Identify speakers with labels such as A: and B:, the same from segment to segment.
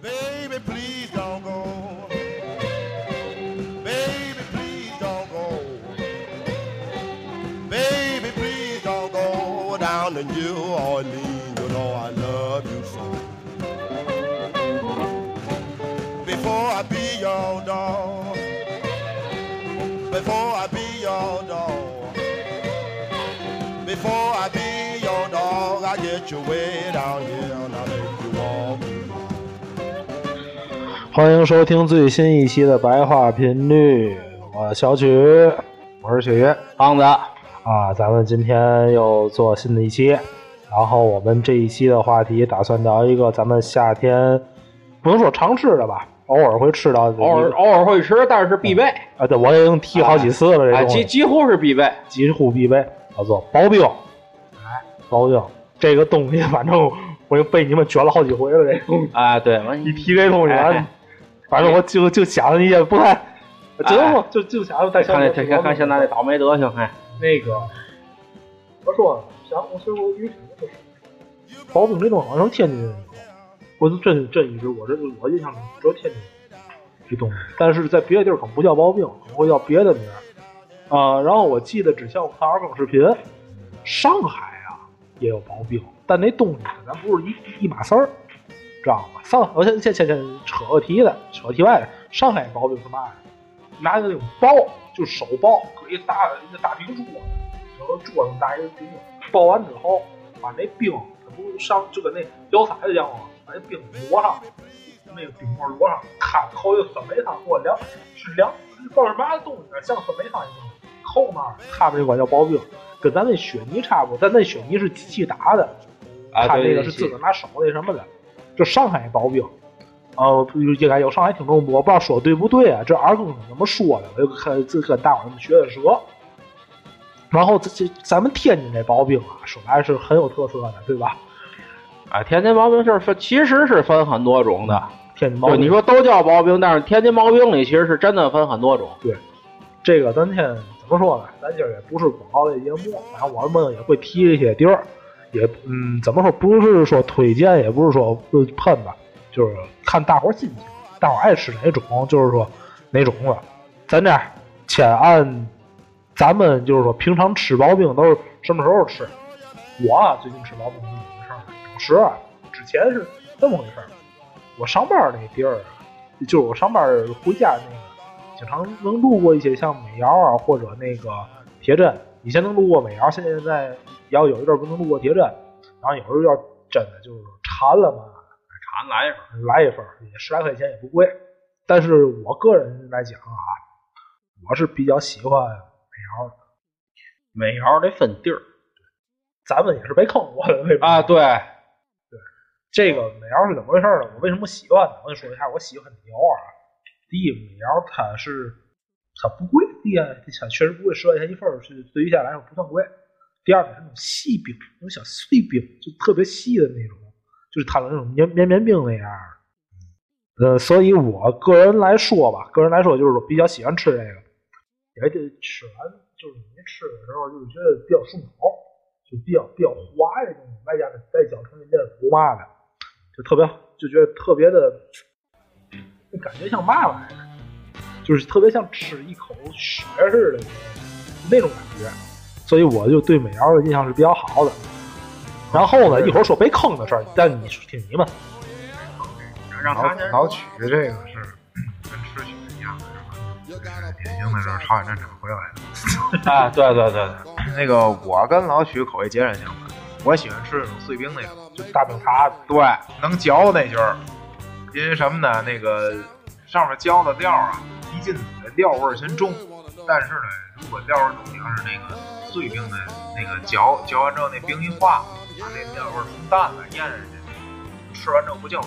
A: Baby, please don't go. Baby, please don't go. Baby, please don't go down to New Orleans. You know I love you so. Before I be your dog, before I be your dog, before I be your dog, I get you way down here and I make you walk.
B: 欢迎收听最新一期的白话频率，我小曲，我是雪月
C: 胖子，
B: 啊，咱们今天又做新的一期，然后我们这一期的话题打算聊一个咱们夏天不能说常吃的吧，偶尔会吃到的一个，
C: 偶尔偶尔会吃，但是必备，
B: 啊，对我已经提好几次了，这
C: 啊，
B: 东
C: 几
B: 西
C: 几乎是必备。
B: 几乎必备，叫做薄饼，哎，薄饼这个东西，反正我已经被你们卷了好几回了，这个东西。
C: 啊，对，完
B: 你提这东西，
C: 哎
B: 反正我就就想一些不太，觉得
C: 哎
B: 我就就想在
C: 看那看看看现在那倒霉德行，哎，
B: 那个，我说想我说我一直就是薄饼这东西好像天津人有，我就真真一直我这我印象中只有天津有这东西，但是在别的地儿可能不叫薄饼，可能会叫别的名儿。啊、然后我记得之前我看二更视频，上海啊也有薄饼，但那东西咱不是一一码事儿，知道吗？上我先先先先扯个题的，扯个题外的，上海薄饼是嘛呀？拿那种包，就手包，搁一大的一个大冰柱子，然后桌子大一个冰，啊包完之后，把那冰，它不上就跟那摇骰子一样吗？把那冰摞上，那个冰沫摞上，咔扣一个酸梅汤，或凉是凉，告诉嘛的东西，像酸梅汤一样，扣那儿，他们这管叫包冰，跟咱那雪泥差不多，但那雪泥是机器打的，
C: 啊，
B: 他这
C: 对，
B: 个是自个儿拿手那什么的，这上海薄饼，呃，应该有上海听众，我不知道说对不对啊，这二更怎么说的，我就看这跟大伙儿们学的说。然后这这咱们天津这薄饼啊，说来是很有特色的，对吧？
C: 啊，天津薄饼是分，其实是分很多种的。
B: 天津薄
C: 就
B: 饼，
C: 你说都叫薄饼，但是天津薄饼里其实是真的分很多种。
B: 这个咱先怎么说呢？咱今儿也不是广告类节目，然后我们也会提这些地儿，也嗯，怎么说？不是说推荐，也不是说呃喷吧，就是看大伙儿心情，大伙儿爱吃哪种，就是说哪种了。咱这儿先按咱们就是说平常吃薄饼都是什么时候吃？我啊，最近吃薄饼是怎么回事儿呢？有时啊，之前是这么回事儿，我上班儿那地儿啊，就是我上班儿回家那个。经常能路过一些像美窑啊，或者那个铁镇。以前能路过美窑，现在在要有一阵儿不能路过铁镇，然后有时候要真的就是馋了嘛，
C: 馋来一份，
B: 来一份儿，也十来块钱也不贵。但是我个人来讲啊，我是比较喜欢美窑的。
C: 每条得分地儿
B: 咱们也是被坑过的，对吧？
C: 啊，对，
B: 这个美瑶是怎么回事呢？我为什么喜欢呢？我就说一下，我喜欢美瑶啊。第一，美瑶它是它不贵，第二，它确实不贵，十块钱一份儿是对于下来说不算贵。第二，它是那种细饼，那种小碎饼，就特别细的那种，就是它的那种绵绵绵饼那样儿。呃，所以我个人来说吧，个人来说就是我比较喜欢吃这个，也就吃完就是你吃的时候就是觉得比较顺口，就比较比较滑这种，外加再搅成一件糊嘛的，就特别就觉得特别的，就感觉像嘛玩意儿，就是特别像吃一口血似的那种感觉，所以我就对美瑶的印象是比较好的。然后呢，一会儿说被坑的事儿，但你听你们，
C: 让
D: 老老曲这个是 跟吃雪一样的，是吧？就是典型的就是朝鲜战场回来的。
C: 啊，对对对对，
D: 那个我跟老曲口味截然相反，我喜欢吃那种碎冰那种，
B: 就大饼茶
D: 对，能嚼那就是，因为什么呢？那个上面浇的料啊，一进嘴料味儿先重，但是呢，如果料味儿重，你要是那个碎冰的，那个嚼嚼完之后那冰一化，把那料味儿冲淡了，咽下去，吃完之后不叫渴。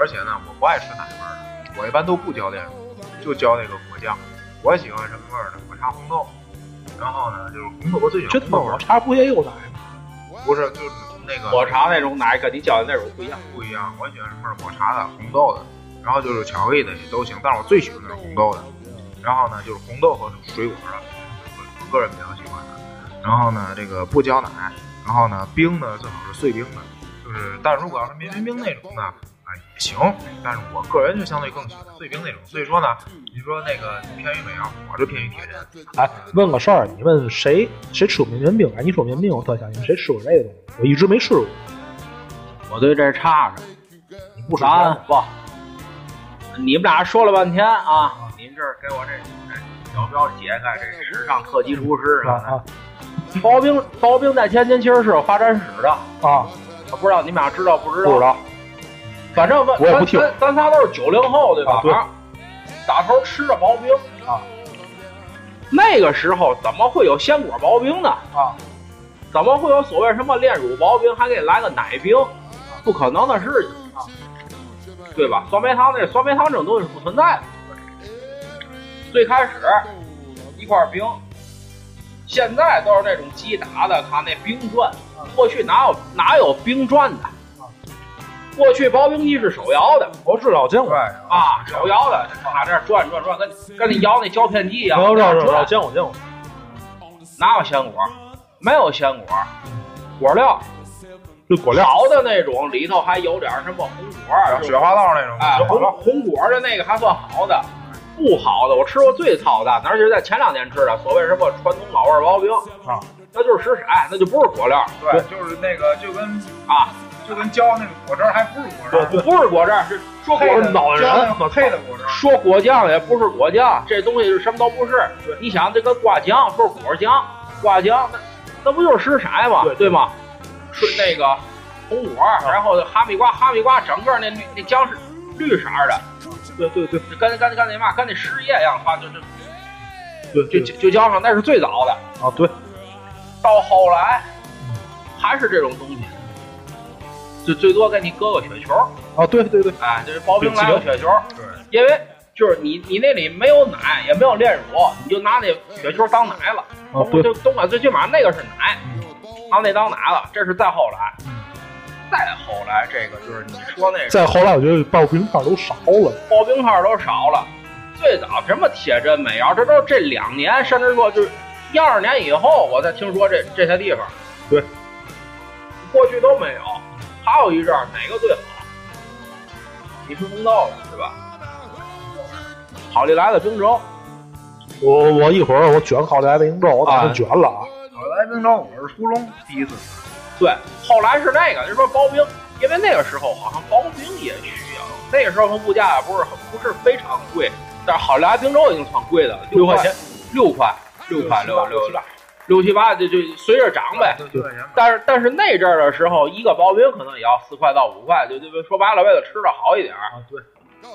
D: 而且呢，我不爱吃奶味儿的，我一般都不浇炼乳，就浇那个果酱。我喜欢什么味儿呢？我茶红豆，然后呢就是红豆，我最喜
B: 这
D: 欢
B: 他妈
D: 红豆味
B: 抹
D: 儿，
B: 茶不也有奶吗？
D: 不是就是那个
C: 抹茶那种奶跟你叫的那种不一样。
D: 不一样，我喜欢什么是抹茶的、红豆的，然后就是巧克力的也都行，但是我最喜欢的是红豆的。然后呢，就是红豆和水果的，我我个人比较喜欢的。然后呢，这个不加奶，然后呢，冰呢最好是碎冰的，就是但如果要是绵绵冰那种呢，啊也行，但是我个人就相对更喜欢碎冰那种。所以说呢，你说那个偏于美啊，我就偏于铁人。
B: 哎，问个事儿，你问谁谁吃过绵绵饼？哎，你说绵绵饼，我特想你谁吃过这个东西？我一直没吃过。
C: 我对这差着。
B: 你不吃
C: 答
B: 啥
C: 案？不，你们俩说了半天啊，您这儿给我这这小标解开这时尚特级厨师
B: 啊啊
C: 刨冰刨冰在天津其实是有发展史的，
B: 啊！
C: 我不知道你们俩知道不知
B: 不
C: 道？
B: 知道。
C: 反正
B: 我也不听
C: 咱咱咱仨都是九零后对吧
B: 啊？对
C: 打头吃着刨冰
B: 啊，
C: 那个时候怎么会有鲜果刨冰呢？
B: 啊，
C: 怎么会有所谓什么炼乳刨冰，还给来个奶冰？不可能的事情啊，对吧？酸梅汤那酸梅汤这种东西是不存在的。最开始一块冰，现在都是那种机打的，看那冰钻。过去哪有哪有冰钻的？过去刨冰机是手摇的
B: 我知道，我见过。
C: 啊，手摇的，啊这转转转，跟跟你摇那胶片机一样，
B: 我知道，知道，
C: 转
B: 见过，见过。
C: 哪有鲜果？没有鲜果，果料
B: 就果料，啊
C: 薄的那种，里头还有点什么红果儿，
D: 雪花道那种，
C: 哎，
D: 好
C: 红红果儿的那个还算好的，不好的我吃过最操蛋的，而且是在前两年吃的，所谓什么传统老味儿刨冰
B: 啊，
C: 那就是食彩，那就不是果料
D: 对，就是那个就跟
C: 啊，
D: 就跟浇那个果汁儿还不是果汁儿，
C: 不是果汁儿，是说果
D: 配
C: 汁
D: 的
B: 脑仁
D: 浇那个配的果汁儿。
C: 说果酱也不是果酱，这东西是什么都不是。你想这个挂浆说果酱，挂浆那那不就是食材吗？
B: 对啊
C: 对吗？顺那个红果，然后哈密瓜，哈密瓜整个那那那浆是绿色儿的，
B: 对对对
C: 就跟跟跟那嘛跟那湿叶一样，它就就
B: 对，
C: 就就就浇上，那是最早的。
B: 啊对，
C: 到后来
B: 嗯
C: 还是这种东西，就最多给你搁个雪球，
B: 啊对对对，
C: 哎，就是刨冰来个雪球。
D: 对，
C: 因为就是你你那里没有奶，也没有炼乳，你就拿那雪球当奶了。
B: 啊对嗯
C: 就东莞最起码那个是奶，拿那当奶了。这是再后来，再后来这个就是你说那 个
B: 再后来，我觉得刨冰块都少了。
C: 刨冰块都少了。最早什么铁针、美窑，这都是这两年，甚至说就是一二年以后，我才听说这这些地方。
B: 对，
C: 过去都没有。还有一阵儿，哪个最好？你是红豆的是吧？好利来的冰州，
B: 我我一会儿我卷好来的营州，我打算
C: 啊
B: 卷了啊。
D: 我来冰州，我是初中第一次吃，
C: 对，后来是那个，就说刨冰，因为那个时候好像刨冰也需要，那个时候物价也不是很不是非常贵，但是好来冰州已经算贵的了，
B: 六
C: 块
B: 块钱，
C: 六块，六块六六六六七八，就就随着涨呗。
D: 对对，人
C: 但是但是那阵儿的时候，一个刨冰可能也要四块到五块，就就说白了，为了吃的好一点儿，
B: 啊对，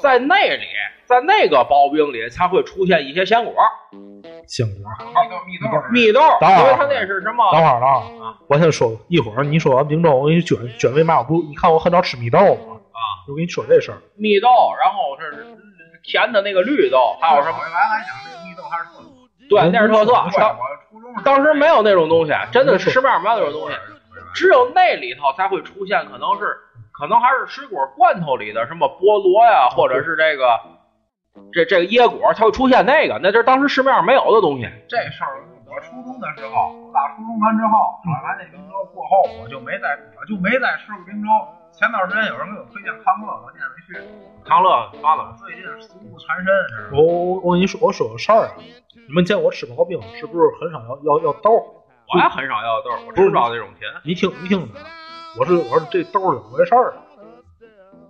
C: 在那里，在那个刨冰里才会出现一些鲜
B: 啊
C: 果，
B: 行了。
D: 蜜豆蜜豆儿
C: 蜜豆，
B: 等会儿
C: 因为它那是什
B: 等
C: 么？
B: 会儿，等会儿啊！我先说，一会儿你说完冰粥，我给你卷卷为嘛？我不，你看我很少吃米豆嘛
C: 啊，
B: 我跟你说这事儿。
C: 蜜豆，然后是甜的那个绿豆，还有什么？
D: 我一来还想这蜜豆还是特
C: 对，那是特色。
D: 对
C: 当
D: 我初中
C: 当时没有那种东西，啊真的市面上没有那
D: 有
C: 种东西，只有那里头才会出现，可能是可能还是水果罐头里的什么菠萝呀，或者是这个这这个椰果，才会出现那个，那就是当时市面上没有的东西。
D: 这事儿我初中的时候，我打初中完之后，打完那冰州过后，我就没再我就没再吃过冰州。前段时间有人给我推荐康乐，我念没去。
C: 康乐发了，
D: 最近俗不缠身，知道
B: 我
D: 吗
B: 我我跟你说，我说个事儿啊，你们见我吃刨冰是不是很少要要要豆儿？
C: 我还很少要豆，我吃不着那种甜。
B: 你听你听着啊，我是我说这豆儿怎么回事儿啊？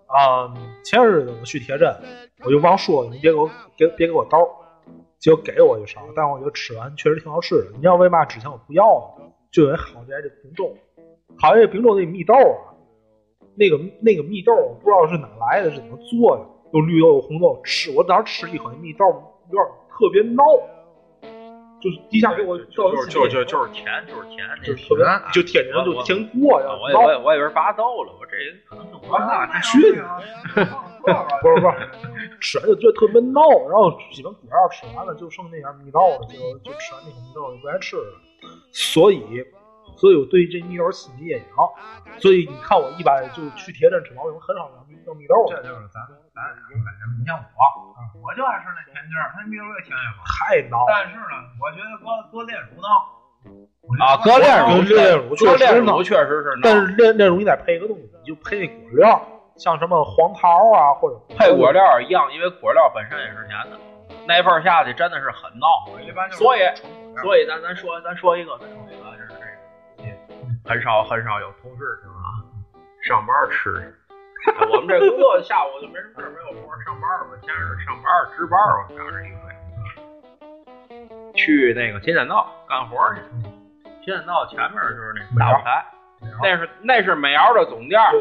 B: 啊，前日子我去铁镇，我就忘说你别给我别别给我豆儿，结果给我一勺，但我觉得吃完确实挺好吃的。你知道为嘛之前我不要呢？就因为好在这冰州，好在这冰州那蜜豆啊，那个那个蜜豆我不知道是哪来的，是怎么做的，有绿豆有红豆，吃我当时吃一口那蜜豆有点特别孬，就是一下给我
C: 就是就是就是就是甜，就是甜，
B: 就是特别就天津人就甜过呀，
C: 我以为我以为发豆了，我这人可能是
D: 我
C: 我
D: 那
B: 必须的不是不是，吃完就觉得特别闹，然后几盆果要吃完了，就剩那点蜜豆了，就就吃完那个蜜豆就不爱吃了。所以，所以我对这蜜豆心里也痒，所以你看我一般就去铁镇吃毛饼，很少要蜜要蜜豆
D: 这
B: 的，
D: 就是咱咱俩感觉。你像我，
C: 嗯
D: 我就爱吃那甜劲儿，那蜜豆越甜越好。
B: 太闹了。
D: 但是呢，我觉得搁搁炼乳呢，
C: 啊，搁炼乳
B: 搁炼乳确实
C: 搁炼
B: 闹
C: 乳，确实是，
B: 但是炼炼乳你得配一个东西，你就配那果料，像什么黄桃啊，或者
C: 配果料一样，因为果料本身也是甜的，那份儿下去真的是很闹。
D: 我一般就是
C: 所以
D: 纯果料
C: 所以咱咱说咱说一个，咱说一个，就是这个，很少很少有同事听啊，上班吃。哎我们这工作下午就没什么事儿，没有活儿上班儿吧，先是上班儿值班儿，我们俩是一回。去那个铁剪道干活儿去，铁剪道前面就是那大舞台，那是那是美瑶的总店儿。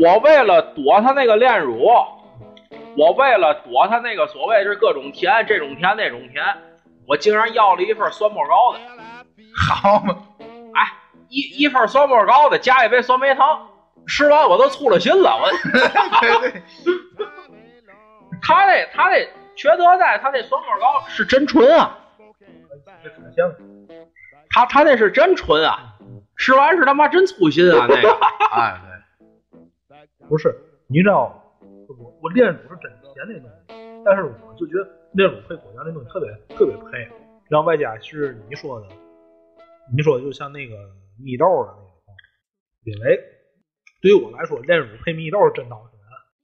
C: 我为了躲他那个炼乳，我为了躲他那个所谓是各种甜，这种甜那种甜，我竟然要了一份酸沫糕的， 哎
D: 好嘛，
C: 一一份酸沫糕的加一杯酸梅汤，吃完我都粗了心了。 我
D: 对对，
C: 他那他那缺德在，他那酸沫糕是真纯啊，
B: 这挺香的。
C: 他他那是真纯啊，吃完是他妈真粗心啊那个。
D: 哎对。
B: 不是，你知道，我我炼乳是真甜那东西，但是我就觉得炼乳配果酱那东西特别特别配，然后外加是你说的，你说的就像那个蜜豆儿的那种，因为对于我来说，炼乳配蜜豆儿是真闹人。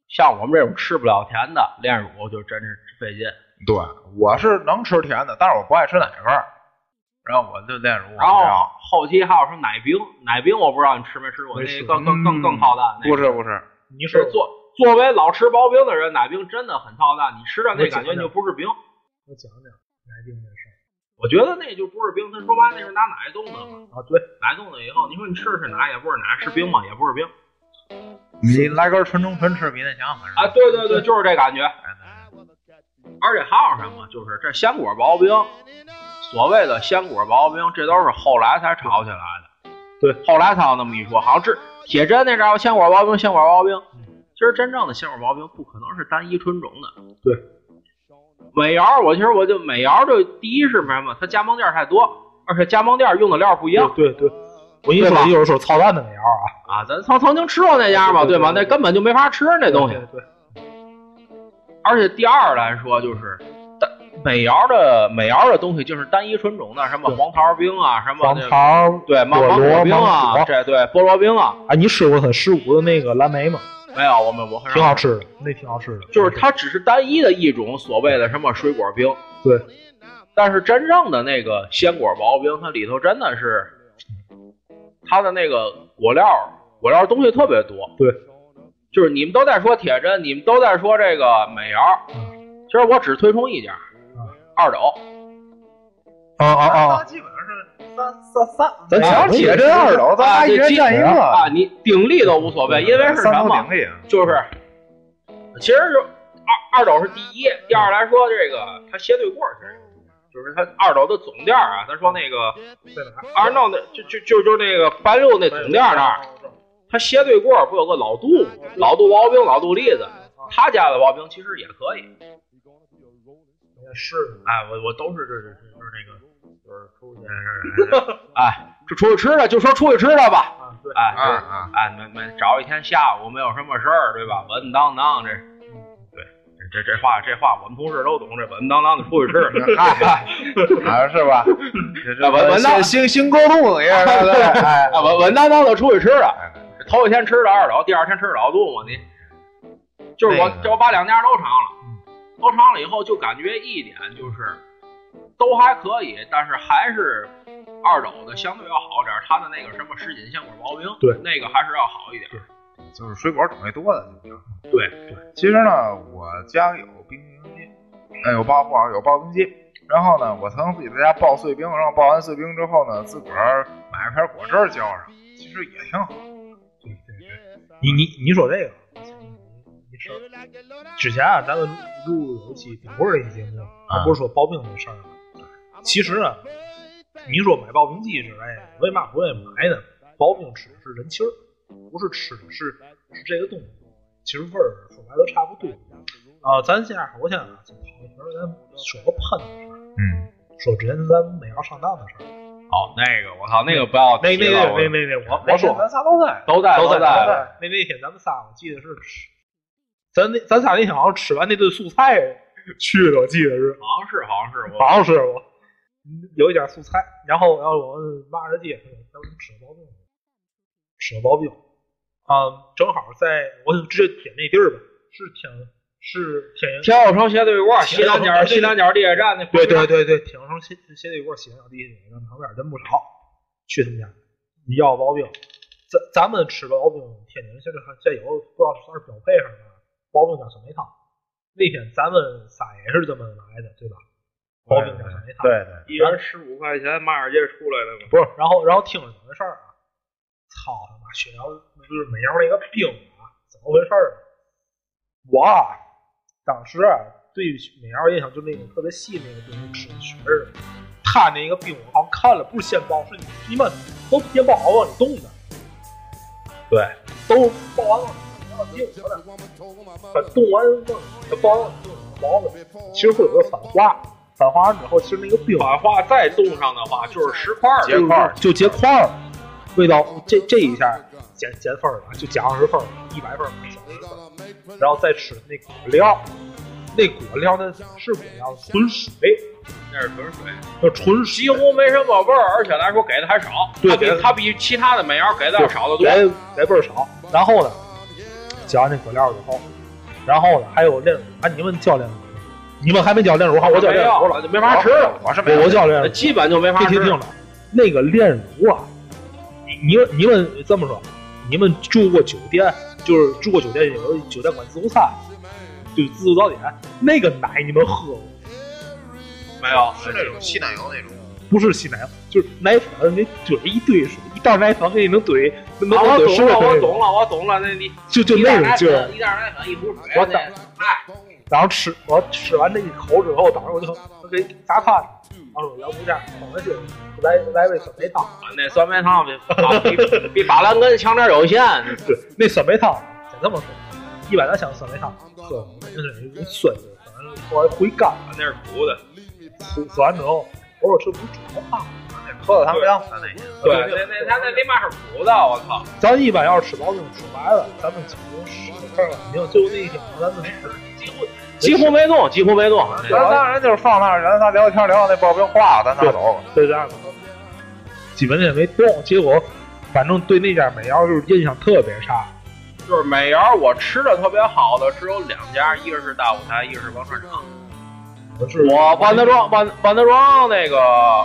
C: 像我们这种吃不了甜的炼乳就真是费劲。
D: 对，我是能吃甜的，但是我不爱吃奶味儿，然后我就炼乳，
C: 然后后期还有什么奶冰，奶冰我不知道你吃没吃过，
B: 没
C: 那
B: 吃
C: 更更更更操蛋。那
D: 不
C: 个
D: 是不是，
B: 你说
C: 是作作为老吃薄冰的人，奶冰真的很操蛋，你吃着那感觉就不是冰。
B: 我讲讲来定这事
C: 我觉得那就不是冰，他说白了那是拿奶冻的嘛，
B: 儿啊，对，
C: 奶冻的以后，你说你吃的是奶也不是奶，是冰嘛也不是冰
D: 你来根纯中纯吃比那强，反正
C: 啊，对对对，就是这感觉。而且还有什么，就是这鲜果薄冰，所谓的鲜果薄冰，这都是后来才炒起来的。
B: 对，
C: 后来才有那么一说，好像这铁针那招鲜果薄冰，鲜果薄冰，其实真正的鲜果薄冰不可能是单一纯种的。
B: 对，
C: 美瑶，我其实我就美瑶，就第一是什么？它加盟店太多，而且加盟店用的料不一样。
B: 对对对，我跟你
C: 对吧
B: 说，一会儿说操蛋的那样啊，
C: 啊，咱曾曾经吃过那家嘛，
B: 对对
C: 对吗？
B: 对
C: 那根本就没法吃那东西
B: 对。对，对
C: 而且第二来说，就是单美瑶的美瑶的东西就是单一纯种的，什么
B: 对
C: 黄桃冰啊，什么
B: 黄
C: 那
B: 桃儿
C: 对芒
B: 菠
C: 芒
B: 萝
C: 果冰
B: 芒
C: 啊，
B: 果
C: 这对菠萝冰啊，
B: 啊，你吃过他十五的那个蓝莓吗？
C: 没有我们我很少
B: 挺好，吃的，那挺好吃的，
C: 就是它只是单一的一种所谓的什么水果冰，
B: 对。
C: 但是真正的那个鲜果薄冰，它里头真的是它的那个果料果料东西特别多，
B: 对，
C: 就是你们都在说铁针，你们都在说这个美瑶，
B: 嗯
C: 其实我只推崇一家，二斗。
D: 哦
B: 啊啊啊
D: 那！基本上是三三三，
B: 咱瞧
D: 铁
B: 铁
D: 针
B: 针
D: 二
B: 二
D: 楼，咱
C: 啊
D: 俩一人
C: 这
D: 占一个
C: 啊，，你鼎力都无所谓，因为是什
D: 三头
C: 么？
D: 鼎啊立，
C: 就是其实就二二斗是第一，第二来说这个它斜对过儿是，就是它二斗的总店儿啊，他说那个
B: 在哪儿？
C: 二闹那就就就就那个白六那总店儿那儿，它斜对过儿不有个老杜吗，老杜刨冰，老杜栗子，他家的刨冰其实也可以。
B: 也是，
C: 哎，我我都是这这这就是那个就是出去是哎，这出去吃的就说出去吃的吧，
B: 啊，对，
C: 哎，
D: 啊啊，
C: 哎，没没找一天下午没有什么事儿，对吧？稳稳当当这，对这这这话这话我们同事都懂，这稳稳当当的出去吃，
D: 嗨嗨， 啊是 吧？这
C: 啊闻闻到
D: 这新新高度也是，对哎
C: 啊，稳稳当当的出去吃了。
D: 哎
C: 头一天吃的二斗，第二天吃的老杜嘛，你就是我
D: 那个
C: 这我把两家都尝了，都尝了以后就感觉一点就是都还可以，但是还是二斗的相对要好点儿，它的那个什么什锦鲜果刨冰，
B: 对
C: 那个还是要好一点儿。
D: 就是水果种类多的就行。
C: 对
D: 其实呢，我家有冰淇淋机，呃，有刨不好有刨冰机。然后呢，我曾自己在家刨碎冰，然后刨完碎冰之后呢，自个儿买一瓶果汁儿浇上，其实也挺好。
B: 你你你说这个，你说之前啊，咱们录有一期顶棍儿那期节目，
D: 啊
B: 我不是说刨冰的事儿吗？其实啊，你说买刨冰机之类的，为嘛不愿意买呢？刨冰吃的是人气儿，不是吃的是是这个东西，其实味儿说白了都差不多。啊，咱现在首先啊，先跑一圈儿，咱说个喷的事儿，
D: 嗯，
B: 说之前咱们没要上当的事儿。
C: 哦，那个我操，那个不要
B: 那那
C: 提了
B: 那
C: 我
B: 那那那我
D: 那
B: 我
D: 天
B: 说
D: 咱仨都在，
C: 都在
B: 都在
C: 在
B: 都在那那天咱们仨，我记得是吃，咱那咱仨那天好像吃完那顿素菜 去的，我记得是，
C: 好像是好像是我
B: 好像是我有一家素菜，然后然后我骂着街，咱们吃个刨冰，吃个刨冰，啊，正好在我直接点那地儿吧，是天是天阳
C: 天奥城斜对过，西南角
B: 对
C: 西南角地铁站那
B: 对对对对，挺生斜斜对过儿斜阳地铁站旁边人不少，去他们家你要刨冰，咱咱们吃刨冰，天津现在还现有不知道算是标配上的刨冰加酸梅汤。那天咱们仨也是这么来的，对吧？刨冰加酸梅汤，
D: 对对，
C: 一人十五块钱，马上就出来了嘛。
B: 不是，然后然后听着怎么回事儿啊？操他妈，雪瑶就是美瑶那个病啊，怎么回事儿啊？我啊当时啊对美瑶印象就那种特别细那个病吃的雪儿，他那个病我好像看了，不是现包，是你你们都别包啊，往里冻的，
D: 对，
B: 都包完了，然后病我俩把冻完弄，把包完冻包了，其实会有个反化，反化完之后，其实那个啊病
C: 把话再冻上的话，就是十块儿。
D: 结块儿
B: 就结块儿，味道这这一下减减分儿了，就减二十分儿，一百分儿减二十分儿，然后再吃那果料，那果料那是果料，纯水，
C: 那是纯水，
B: 就纯水
C: 几乎没什么味儿，而且来说给的还少。
B: 对
C: 它
B: 给
C: 比
B: 的
C: 它比其他的美肴给的要少得多。
B: 来来倍儿少。然后呢，嚼完那果料以后，然后呢还有炼乳啊，你们叫炼乳吗，你们还没叫炼乳哈，我叫
C: 没
B: 炼乳
C: 有
B: 了，
C: 就没法吃了，
D: 我是没
B: 我我
D: 有，
B: 叫炼乳
C: 那，基本就没法
B: 别
C: 吃
B: 听听。了，那个炼乳啊，你你们你们这么说，你们住过酒店，就是住过酒店，有的酒店管自助餐，就是自助早点，那个奶你们喝过
C: 没有，
D: 是那种吸奶油那种，
B: 不是稀奶，就是奶粉给怼一堆水，一袋奶粉给你能怼，能能
C: 啊我
B: 怼
C: 懂
B: 十
C: 了，我
B: 来
C: 懂了，我懂了。那你
B: 就就
C: 一
B: 那
C: 袋
B: 种
C: 奶
B: 劲儿
C: 粉，。一袋奶粉，一壶水。
B: 我
C: 那哎
B: 等然后吃，我吃完这一口之后，当时我就我给砸饭，然后说要不这样，我们就来来杯酸梅汤。
C: 那酸梅汤 比比比法兰根强点儿有限。
B: 对，那酸梅汤，咱这么说，一般咱想酸梅汤，喝就是有一种酸味，反正后来回甘，
C: 那是苦的，
B: 喝喝完之后，我说这不是煮的汤吗，
D: 喝的汤凉的那些。
C: 对，那那它那里面是苦的，我操！
B: 咱一般要是吃刨冰，说白了，咱们从十个份儿肯定就那一点，咱们
C: 几乎几乎没动，几乎没动。
D: 咱当然就是放那儿，咱仨聊天聊到那包冰化了，咱拿走。
B: 就这样吧，基本也没动。结果，反正对那家美肴就是印象特别差。
C: 就是美肴，我吃的特别好的只有两家，一个是大舞台，一个是王串场。
B: 我是
C: 我万德庄万万德庄那个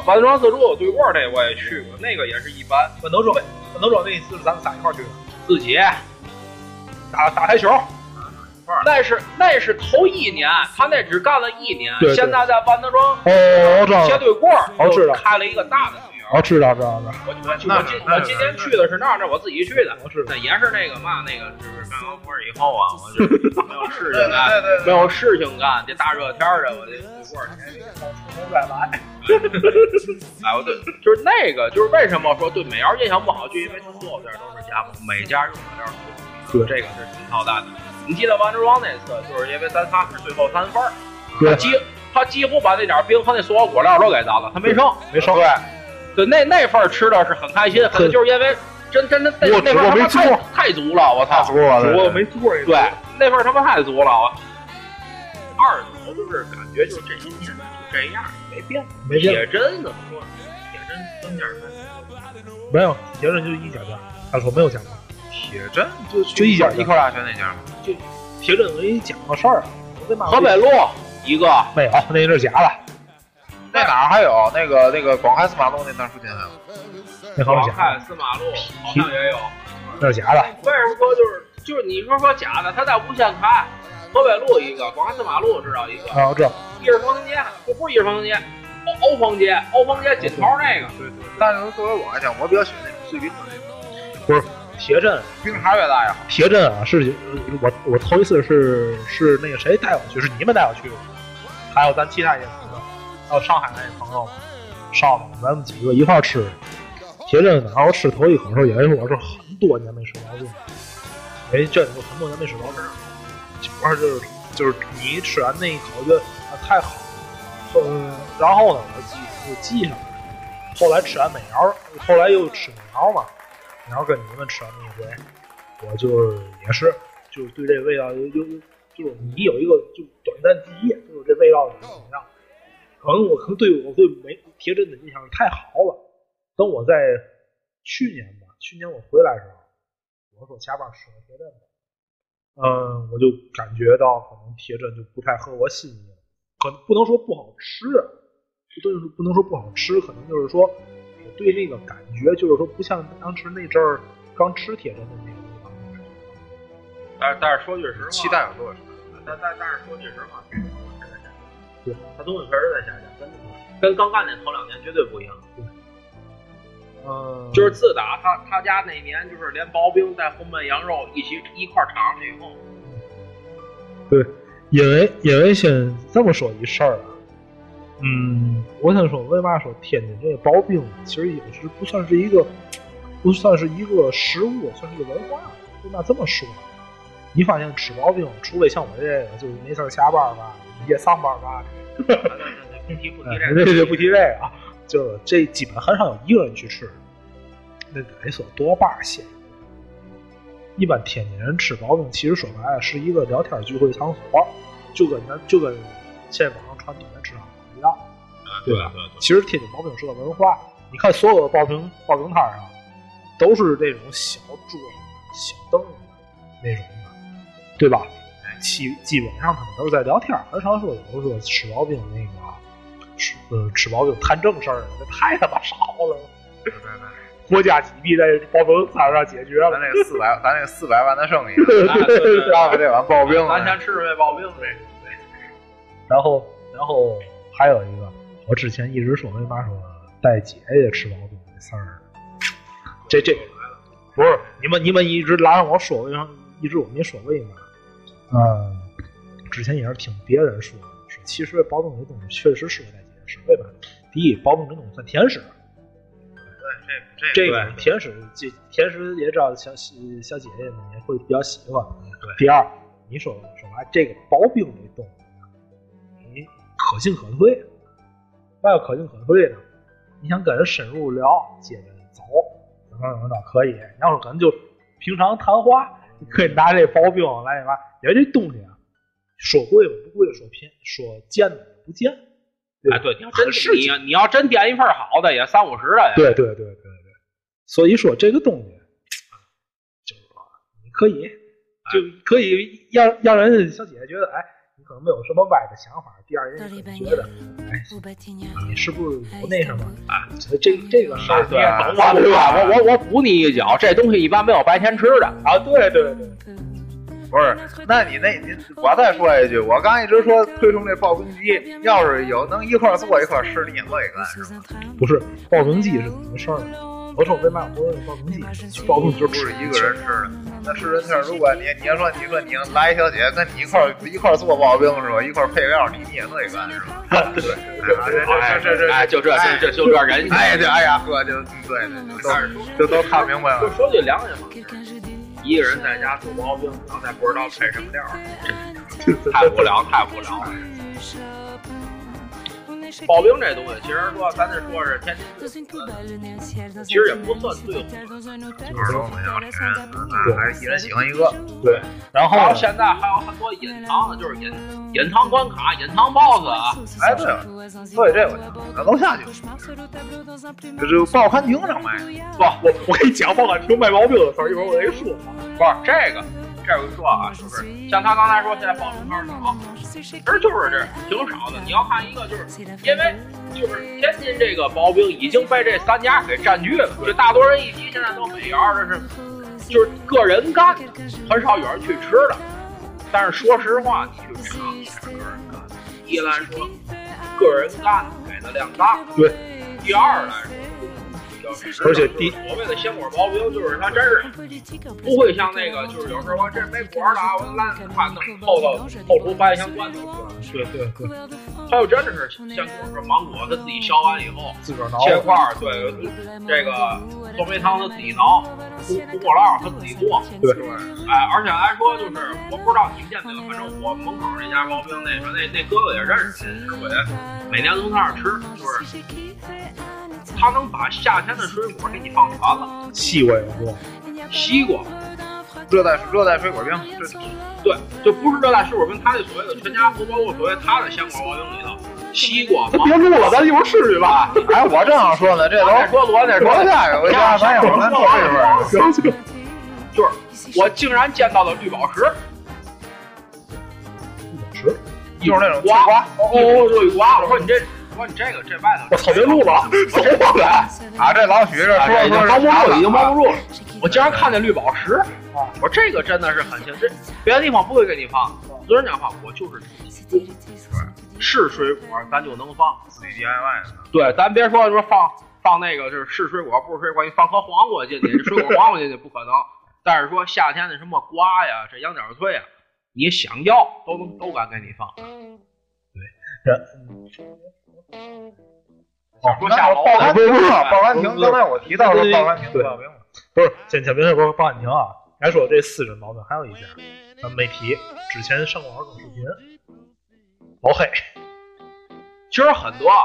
C: 万德庄自助对过那我也去过，那个也是一般。
B: 万能庄，万能庄那一次是咱们仨一块儿去的，
C: 自己，
B: 打打台球。
C: 那是那是头一年，他那只干了一年。
B: 对对
C: 现在在万德庄
B: 哦，我知道
C: 斜
B: 了，
C: 对过
B: 我知道
C: 又开了一个大的美
B: 我
C: 肴。
B: 知道，知道，知道，
C: 我我
D: 那
C: 我今
D: 那
C: 我今年去的是那儿，那我自己去的。
B: 我知道
C: 那。也是那个嘛，那个就是干完活儿以后啊， 我就没有事情干，
D: 对对
C: 没有事情干，这大热天儿的，我这一会儿哎，我对，就是那个，就是为什么说对美肴印象不好，就因为它所有店都是加盟，每家用的料都
B: 对
C: 不一样，这个是挺操蛋的。你记得王之庄那次，就是因为咱仨是最后三分儿，他
B: 对，
C: 几他几乎把那点冰和那所有果料都给咱了，他没剩。
B: 没少。
D: 对，
C: 对，那那份儿吃的是很开心，可能就是因为真真的那
D: 我
C: 那份儿他
D: 我没
C: 妈太
D: 做
C: 太足了，我
D: 太
C: 操！
D: 足了，
B: 我没做过。
C: 对，那份儿他妈太足了，我。二头就是感觉就是这些年就这样，没变。
B: 没见
C: 铁针怎么说？铁针增点儿
B: 没有，别人就一家店，他说没有讲过。
D: 铁针就
B: 就一家
D: 一块大学那家，
B: 铁证给你讲个事儿，我得骂
C: 河北路一个，
B: 没有，那是假的，
D: 那哪儿还有那个那个广开四马路那那附近还有，
B: 那好
C: 好
B: 像假
C: 看
B: 的，
C: 四马路好像也有。
B: 那是假的。
C: 为什么说就是就是你说说假的？他在无限开，河北路一个，广安四马路知道一个，
B: 啊，我知道，
C: 一人双街不不是一人双街，欧欧风街，欧风街紧头那个。
D: 对对。但是作为我来讲，我比较喜欢那种碎冰的那种，
B: 铁证，
D: 冰碴越大越好。
B: 铁证啊，是我我头一次是是那个谁带我去，是你们带我去的，还有咱其他一些朋友，还有上海那些朋友，上海咱们几个一块儿吃。铁证，然后吃头一口的时候，也是我是很多年没吃毛病，哎，这我很多年没吃毛病，主要就是就是你吃完那一口就啊太好了，嗯，然后呢，我记我记上了，后来吃完美肴，后来又吃美肴嘛，美肴跟你们吃完那回，我就是也是，就是对这味道有有就是你有一个就短暂记忆，就是这味道怎么样？可能我可能对我对梅铁针的印象太好了。等我在去年吧，去年我回来的时候，我能说恰巴适合铁镇吧。嗯，我就感觉到可能铁镇就不太合我心意了，可能不能说不好吃，啊不能说不能说不好吃，可能就是说我对那个感觉就是说不像当时那阵儿刚吃铁镇的那个地方那种感觉。
C: 但是但是说句实话，
D: 期待有落差。
C: 但但但是说句实话，这个东西是在下降，
B: 对，
C: 它东西确实在下降，跟跟刚干那头两年绝对不一样。
B: 嗯，
C: 就是自打他他家那年，就是连薄冰带红焖羊肉一起一块儿尝上去以后，
B: 因为因为先这么说一事儿啊，嗯，我想说为嘛说天津这个刨冰其实也是不算是一个，不算是一个食物，算是一个文化。为嘛这么说？你发现吃刨冰，除非像我这个，就是没事儿下班儿吧，也上班儿吧，
C: 咱咱咱不提不提这
B: 对
C: 个，
B: 哎对，不提这个啊，就是这基本很少有一个人去吃，那得说多半鲜。一般天津人吃刨冰，其实说白了是一个聊天聚会场所，就跟咱就跟现在网上传统的吃烧烤一样。对
D: 啊
B: 吧
C: 对对
B: 其实天津刨冰是个文化，你看所有的刨冰刨冰摊儿上都是这种小桌子、小凳子那种的，对吧？哎基基本上他们都是在聊天儿，很少说有说吃刨冰那个吃呃吃刨冰谈正事儿的，那太他妈少了。
D: 对对对
B: 国家级别在刨冰摊上解决
D: 咱
B: 了，
D: 这个四百，咱这个四百万的生意，
B: 对对对
C: 对
D: 还得往刨冰
C: 咱
D: 了。
C: 先吃呗，刨冰呗。
B: 然后，然后还有一个，我之前一直说为嘛说带姐姐吃毛肚这事儿，这这不是你们你们一直拉着我说为啥，一直我没说为嘛？嗯，之前也是听别人说，说其实刨冰这东西确实适合带姐姐吃，为嘛？第一，刨冰这东西算甜食，
D: 这
B: 这
D: 这
B: 个
D: 个
B: 甜食，这甜食也知道小喜小姐姐们也会比较喜欢。啊第二，你说说白，这个刨冰这东西，你可进可退，那要可进可退的，你想跟人深入聊，接着走，怎么怎么着可以。你要是可能就平常谈话，你可以拿这刨冰来嘛，因为这东西啊，说贵吧不贵，说便说贱吧不贱。对吧
C: 哎，对，你要真
B: 很市井
C: 你要你要真点一份好的，也三五十的。
B: 对对对对对，所以说这个东西，就是说你可以，就可以让让人家小姐姐觉得，哎，你可能没有什么歪的想法，第二人家可能觉得你是不是
E: 哎
B: 有那什么啊？这这这个事儿
C: 哎，
B: 你
C: 对
B: 也
D: 啊
B: 懂
C: 我
B: 我
C: 对
B: 对
C: 吧？
B: 吧？
C: 我我我补你一脚，这东西一般没有白天吃的。
B: 啊，对对对，
D: 不是？那你那你，我再说一句，我刚一直说推崇这刨冰机，要是有能一块儿做一块儿吃，你也乐意干是吧？
B: 不是刨冰机是怎么回事儿呢？我说为嘛我多人刨冰机？刨冰机就
D: 不是
B: 吃
D: 一个人吃的。那吃人片儿，如果你你要说你说你要来一小姐姐跟你一块儿一块儿做刨冰是吧？一块儿配料，你你也乐意干是吧？
C: 哎
D: 对，这这这
C: 哎，
D: 这
C: 就这这这就这人。
D: 哎对，哎呀呵，就对对，就都就都看明白
C: 就
D: 了。
C: 说句良心话，一个人在家做刨冰，然后再不知道配什么料儿，真太无聊，太无聊了。刨冰这东西，其实说咱这说是天津最
E: 其实也不算对我，就是说我们两个人，还一人喜欢一个，
B: 对，然后
C: 然后
B: 呢
C: 现在还有很多隐藏的，就是隐隐藏关卡、隐藏 BOSS 啊。
E: 哎对了，所以这个咱楼下就
D: 这
E: 这
D: 就报刊亭上卖，
C: 不，
B: 我我给你讲报刊亭卖毛病的事儿，一会儿我给你说啊。
C: 不是这个，这我跟你说啊，就是像他刚才说，现在报名摊少，其实就是这挺少的。你要看一个，就是因为就是天津这个刨冰已经被这三家给占据了，就大多人一提现在都美园，这是就是个人干，很少有人去吃的。但是说实话，你去尝一下个人干，一来说个人干给的量大，
B: 对，
C: 第二来说。就是
B: 而且第
C: 所谓的鲜果刨冰，就是它真是不
E: 不
C: 会
E: 会
C: 像
E: 像
C: 那
E: 那
C: 个
E: 个，
C: 就有
E: 就是是有
C: 时
E: 时
C: 候
E: 候
C: 我
E: 我
C: 这
E: 这
C: 没
E: 没
C: 果
E: 果
C: 儿
E: 儿
C: 了啊
E: 了，
C: 我
E: 我
C: 烂
E: 烂
C: 怕
E: 怕
C: 弄
E: 弄
C: 后头
E: 后头
C: 后
E: 后
C: 厨
E: 厨
C: 掰
E: 掰
C: 像
E: 像
C: 罐
E: 罐
C: 头
E: 头
C: 似
E: 似
B: 对对对，
E: 的。
C: 还有真的是像就是说芒果，他自己削完以后
B: 自个儿挠
C: 切块儿，对，这个做梅汤他自己挠，胡胡果酪他自己做，
B: 对
C: 哎，而且来说就是我不知道你们见没有，反正我门口那家刨冰那那那哥哥也认识，是我也每年都从那儿吃，就是他能把夏天的水果给你放全了，
B: 细我也不做。
C: 西瓜。
D: 热带热带水果冰，这
C: 对，就不是热带水果冰，他那所谓的全家福，包括所谓他的鲜果刨冰里头，西瓜、芒
B: 别录了，咱一会儿吃去吧。
D: 哎，我正想说呢，这
C: 果。
D: 楼
C: 再说罗再说
D: 楼下有一家，咱有咱坐这边儿。
B: 行行，
C: 就是我竟然见到了绿宝石，
B: 是，
D: 就是那种
C: 刮
D: 刮
C: 哦哦，对刮，我说你这，我说你这个这外头，
B: 我操，别录 了，走吧，来。
D: 啊，这老许这
C: 哎
D: 说
C: 已经
D: 说
C: 帮不住了，已经帮
D: 住。
C: 不住了。我竟然看见绿宝石，我说这个真的是很强，这别的地方不会给你放。昨天讲话，我就是是水果咱就能放，
D: 自己 DIY 的，
C: 对，咱别说说放放那个就是是水果不是水果，你放颗黄瓜进去，水果黄瓜进去不可能。但是说夏天的什么瓜呀，这羊角脆啊，你想要都能都敢给你放。
D: 想
C: 说下楼
D: 报
C: 了
D: 刊亭啊，报刊
B: 对对
D: 亭。
B: 对
D: 刚才我提到了报刊亭
B: 对
D: 报名了，
B: 不是，先先别说说报案庭啊，还说这四人矛盾，还有一件，呃咱们没提，之前上过二更视频，老黑，
C: 其实很多啊，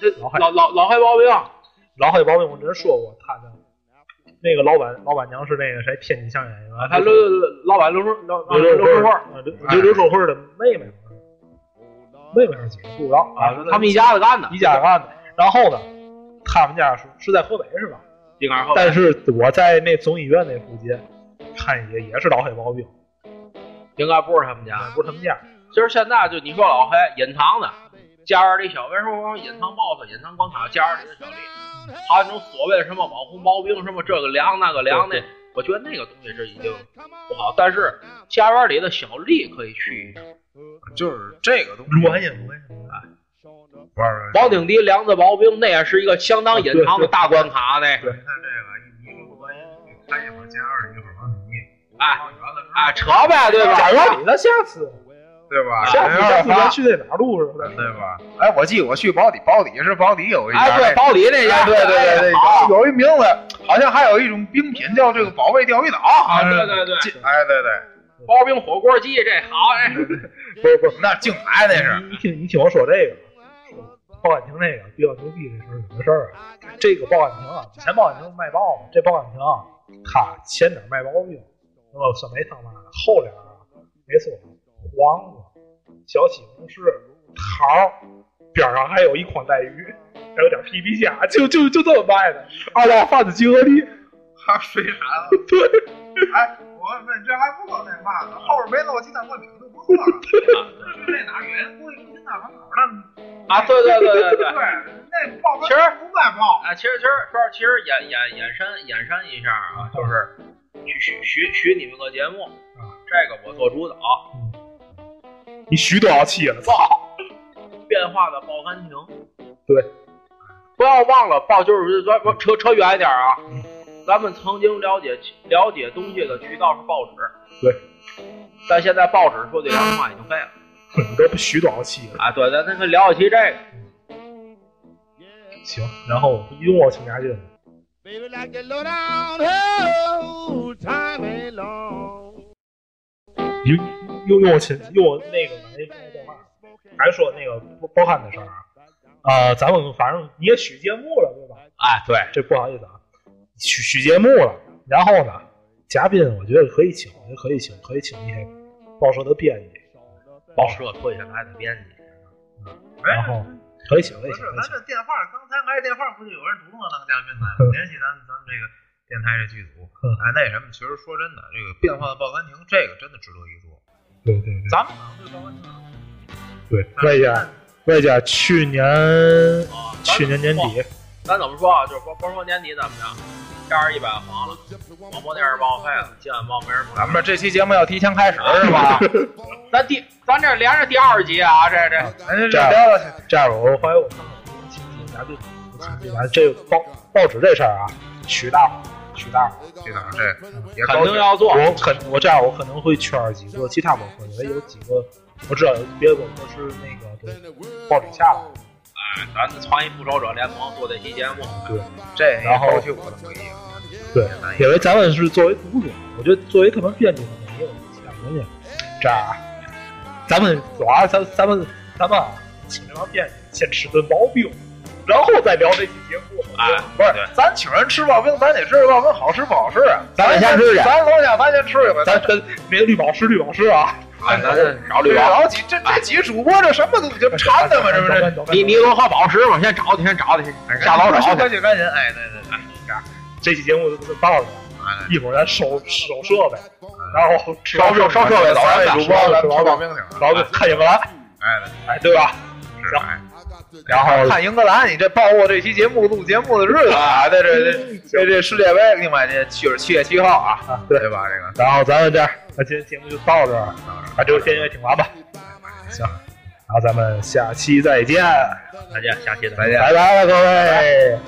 C: 这
B: 老黑
C: 老老老黑包兵啊，
B: 老黑毛病我之前说过，他的那个老板老板娘是那个谁天津相声演员，啊
C: 他刘老板刘春老
B: 刘
C: 刘
B: 刘
C: 春
B: 春
C: 慧
B: 慧
C: 儿
B: 儿，啊刘刘春慧儿的妹妹嘛，妹妹是几个不知道
C: 啊，他们一家子干的，
B: 一家干的，然后呢，他们家是是在河北是吧？
C: 应该是后来
B: 但是我在那总医院那附近看也也是老黑毛病，
C: 应该不是他们家。
B: 不是他们家，
C: 其实现在就你说老黑隐藏的，家人里小为什么说隐藏 boss、隐藏关卡，家人里的小丽，还有那种所谓的什么网红毛病，什么这个凉那个凉的，我觉得那个东西这已经不好。但是家园里的小丽可以去，
D: 就是这个东西。
B: 罗印罗印，
D: 不是，
C: 王鼎迪梁子毛病那也是一个相当隐藏的大关卡呢。
D: 你看这个一一个关系，开一会儿加二，一会儿王统一，
C: 哎
D: 完了之后
C: 哎，扯呗，对吧
B: 假？如你那下次
D: 对哎吧？
B: 下次下次
D: 发
B: 咱去那哪路是吧？
D: 对吧？哎，我记得我去保底，保底是保底有一家
C: 哎，对，
D: 那
C: 包里那家，
D: 对对对
B: 哎
D: 对，
C: 好
D: 有有一名字，好像还有一种冰品叫这个保卫钓鱼岛
C: 啊，对对对，
D: 对，哎对对，
C: 包饼火锅鸡这好哎，
B: 不是不是，
D: 那静海那是，
B: 你听你听我说这个，报案亭这个比较牛逼这事儿怎么回事儿啊？这个报案亭啊，以前报案亭卖报嘛，这报案亭啊，他前点卖毛病，那么酸梅汤嘛，后点啊，没错，黄瓜、小西红柿、桃儿，边上还有一筐带鱼，还有点皮皮虾，就就就这么卖的，二道贩子集合地，
D: 还有水产，
B: 对，
D: 哎，我问这还不够那嘛呢，后边没漏鸡蛋灌饼就不错 了。啊那哪人估计跟那门口那
C: 啊，对对对对对。
D: 那爆
C: 其实
D: 不卖爆，
C: 啊，其实其实说其实延延延伸延伸一下啊，就是许许许许你们个节目，
B: 啊
C: 这个我做主导，
B: 你许多少期了？操！
C: 变化的报刊亭，
B: 对，
C: 不要忘了报就是咱不扯扯远一点啊，
B: 嗯
C: 咱们曾经了解了解东西的渠道是报纸，
B: 对，
C: 但现在报纸说句良心话已经废了
B: 你都许多少期了？
C: 啊，对，咱咱可以聊一期这个，
B: 行，然后一共我请家去。
A: Baby, like the low down, oh, time ain't long.
B: 又又用我前用我那个那那电话，还说那个包包汉的事儿啊，呃，咱们反正你也许节目了，对吧？
C: 哎，对，
B: 这不好意思啊，许许节目了，然后呢，嘉宾我觉得可以请，我觉得可以请，可以请一些报社的编辑，
D: 哦
C: 报社退下来的编辑，
B: 然后可以请，可以
D: 嗯哎不是
B: 请，可以
D: 咱
B: 请
D: 这电话，刚才来电话不就有人主动当嘉 宾呢？联系咱咱们这个电台这剧组，哎，那什么，其实说真的，这个变化的报刊亭，这个真的值得一说。
B: 对对对
D: 咱们可能对报刊亭
B: 对，外加外加去年去年年底，
C: 啊咱怎么说啊？就是甭甭说年底怎么着，加上一百黄了，广播电视报废了，新闻报没人报。
D: 咱们这期节目要提前开始是吧？
C: 咱第咱这连着第二集啊，这这
D: 咱这聊聊
B: 这样吧我怀疑我看看我们请请嘉宾，我请进来这个报报纸这事儿啊，许大伙，许大伙。
D: 这档这也
C: 肯
D: 高
C: 定要做。
B: 我可我这样，我可能会圈几个其他博客，因为有几个我知道有别的博客是那个给报纸下了，
C: 哎，咱创意复仇者联盟做这期节目，
B: 对
D: 这也
B: 然后
D: 勾起我的回忆了。
B: 对，因为咱们是作为读者，我觉得作为他们编辑，可能也有其他东西。这样啊，咱们主要咱咱们咱们啊，请这帮编辑先吃顿薄饼，然后再聊这期节目。
C: 哎，
D: 不是，咱请人吃刨冰，咱得知道刨冰好吃不好吃啊。
B: 咱得先吃去
D: 咱楼下咱先吃一回。
B: 咱咱别绿宝石绿宝石啊，
C: 哎，咱这找
D: 这
C: 绿宝，
D: 老几这这几主播这什么东西，这馋的嘛，是不是？
B: 是
C: 你你多和宝石吧，先找去，先找去，下楼找去。
D: 赶紧赶紧，哎，对对对，
B: 这期节目到这儿了，
F: 一会儿咱收收设备，
B: 啊
F: 然后
D: 烧设烧设备老
F: 三
D: 让
F: 位
D: 咱
F: 主播
D: 烧
F: 咱
D: 咱烧
F: 们
D: 老兵去
F: 然后就看你们来，
D: 哎，
F: 哎，对吧？
D: 是哎。
F: 然后
D: 看英格兰，你这包括这期节目录节目的日子啊，在这这这这世界杯，另外这七月七月七号啊，
F: 对
D: 对吧？这个
F: 然后咱们这样，那今天节目就到这儿，把这个片也挺完吧，
D: 行，
F: 然后咱们下期再见，
G: 大家下期再见
D: 再。见。
F: 拜拜了各位。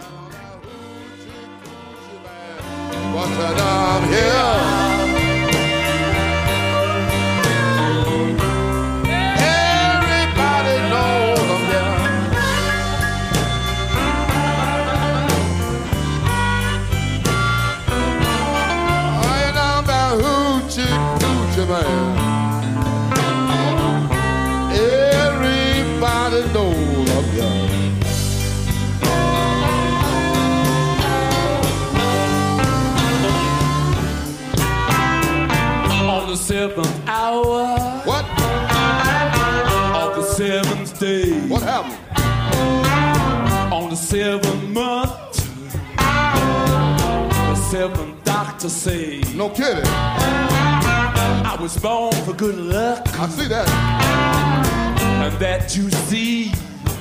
A: But I'm here. Everybody knows I'm here. And I'm a hoochie coochie man. Everybody knows I'm here.
H: on the seventh hour
A: What?
H: of the seventh day
A: What happened?
H: on the seventh month. The seventh doctor say
A: No kidding.
H: I was born for good luck,
A: I see that.
H: and that you see,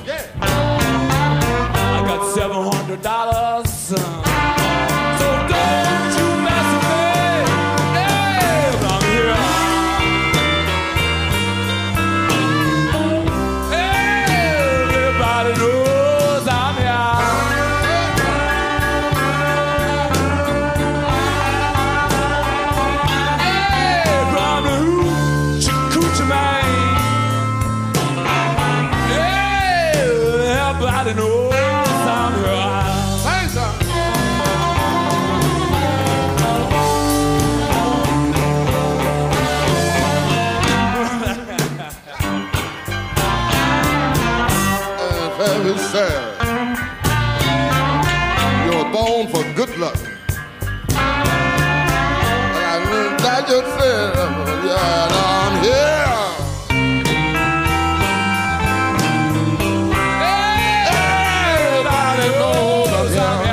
A: Yeah.
H: I got seven hundred dollars. So don't you mess with me. Hey, I'm here. Everybody knows I'm here. Hey, from the hooch, coochie man. Hey, everybody knows I'm here.
A: Say something. And very sad. You're born for good luck. I mean, that you said, yeah, I'm here.
H: Everybody knows I'm here.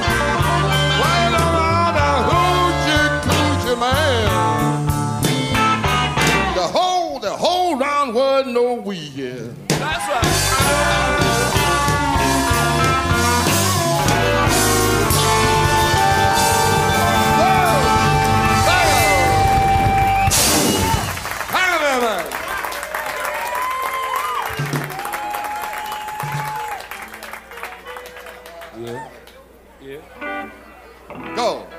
A: Right around the hoochie coochie man. The whole, the whole round world know we, yeah.
H: That's right. Hang on a minute.
A: Go.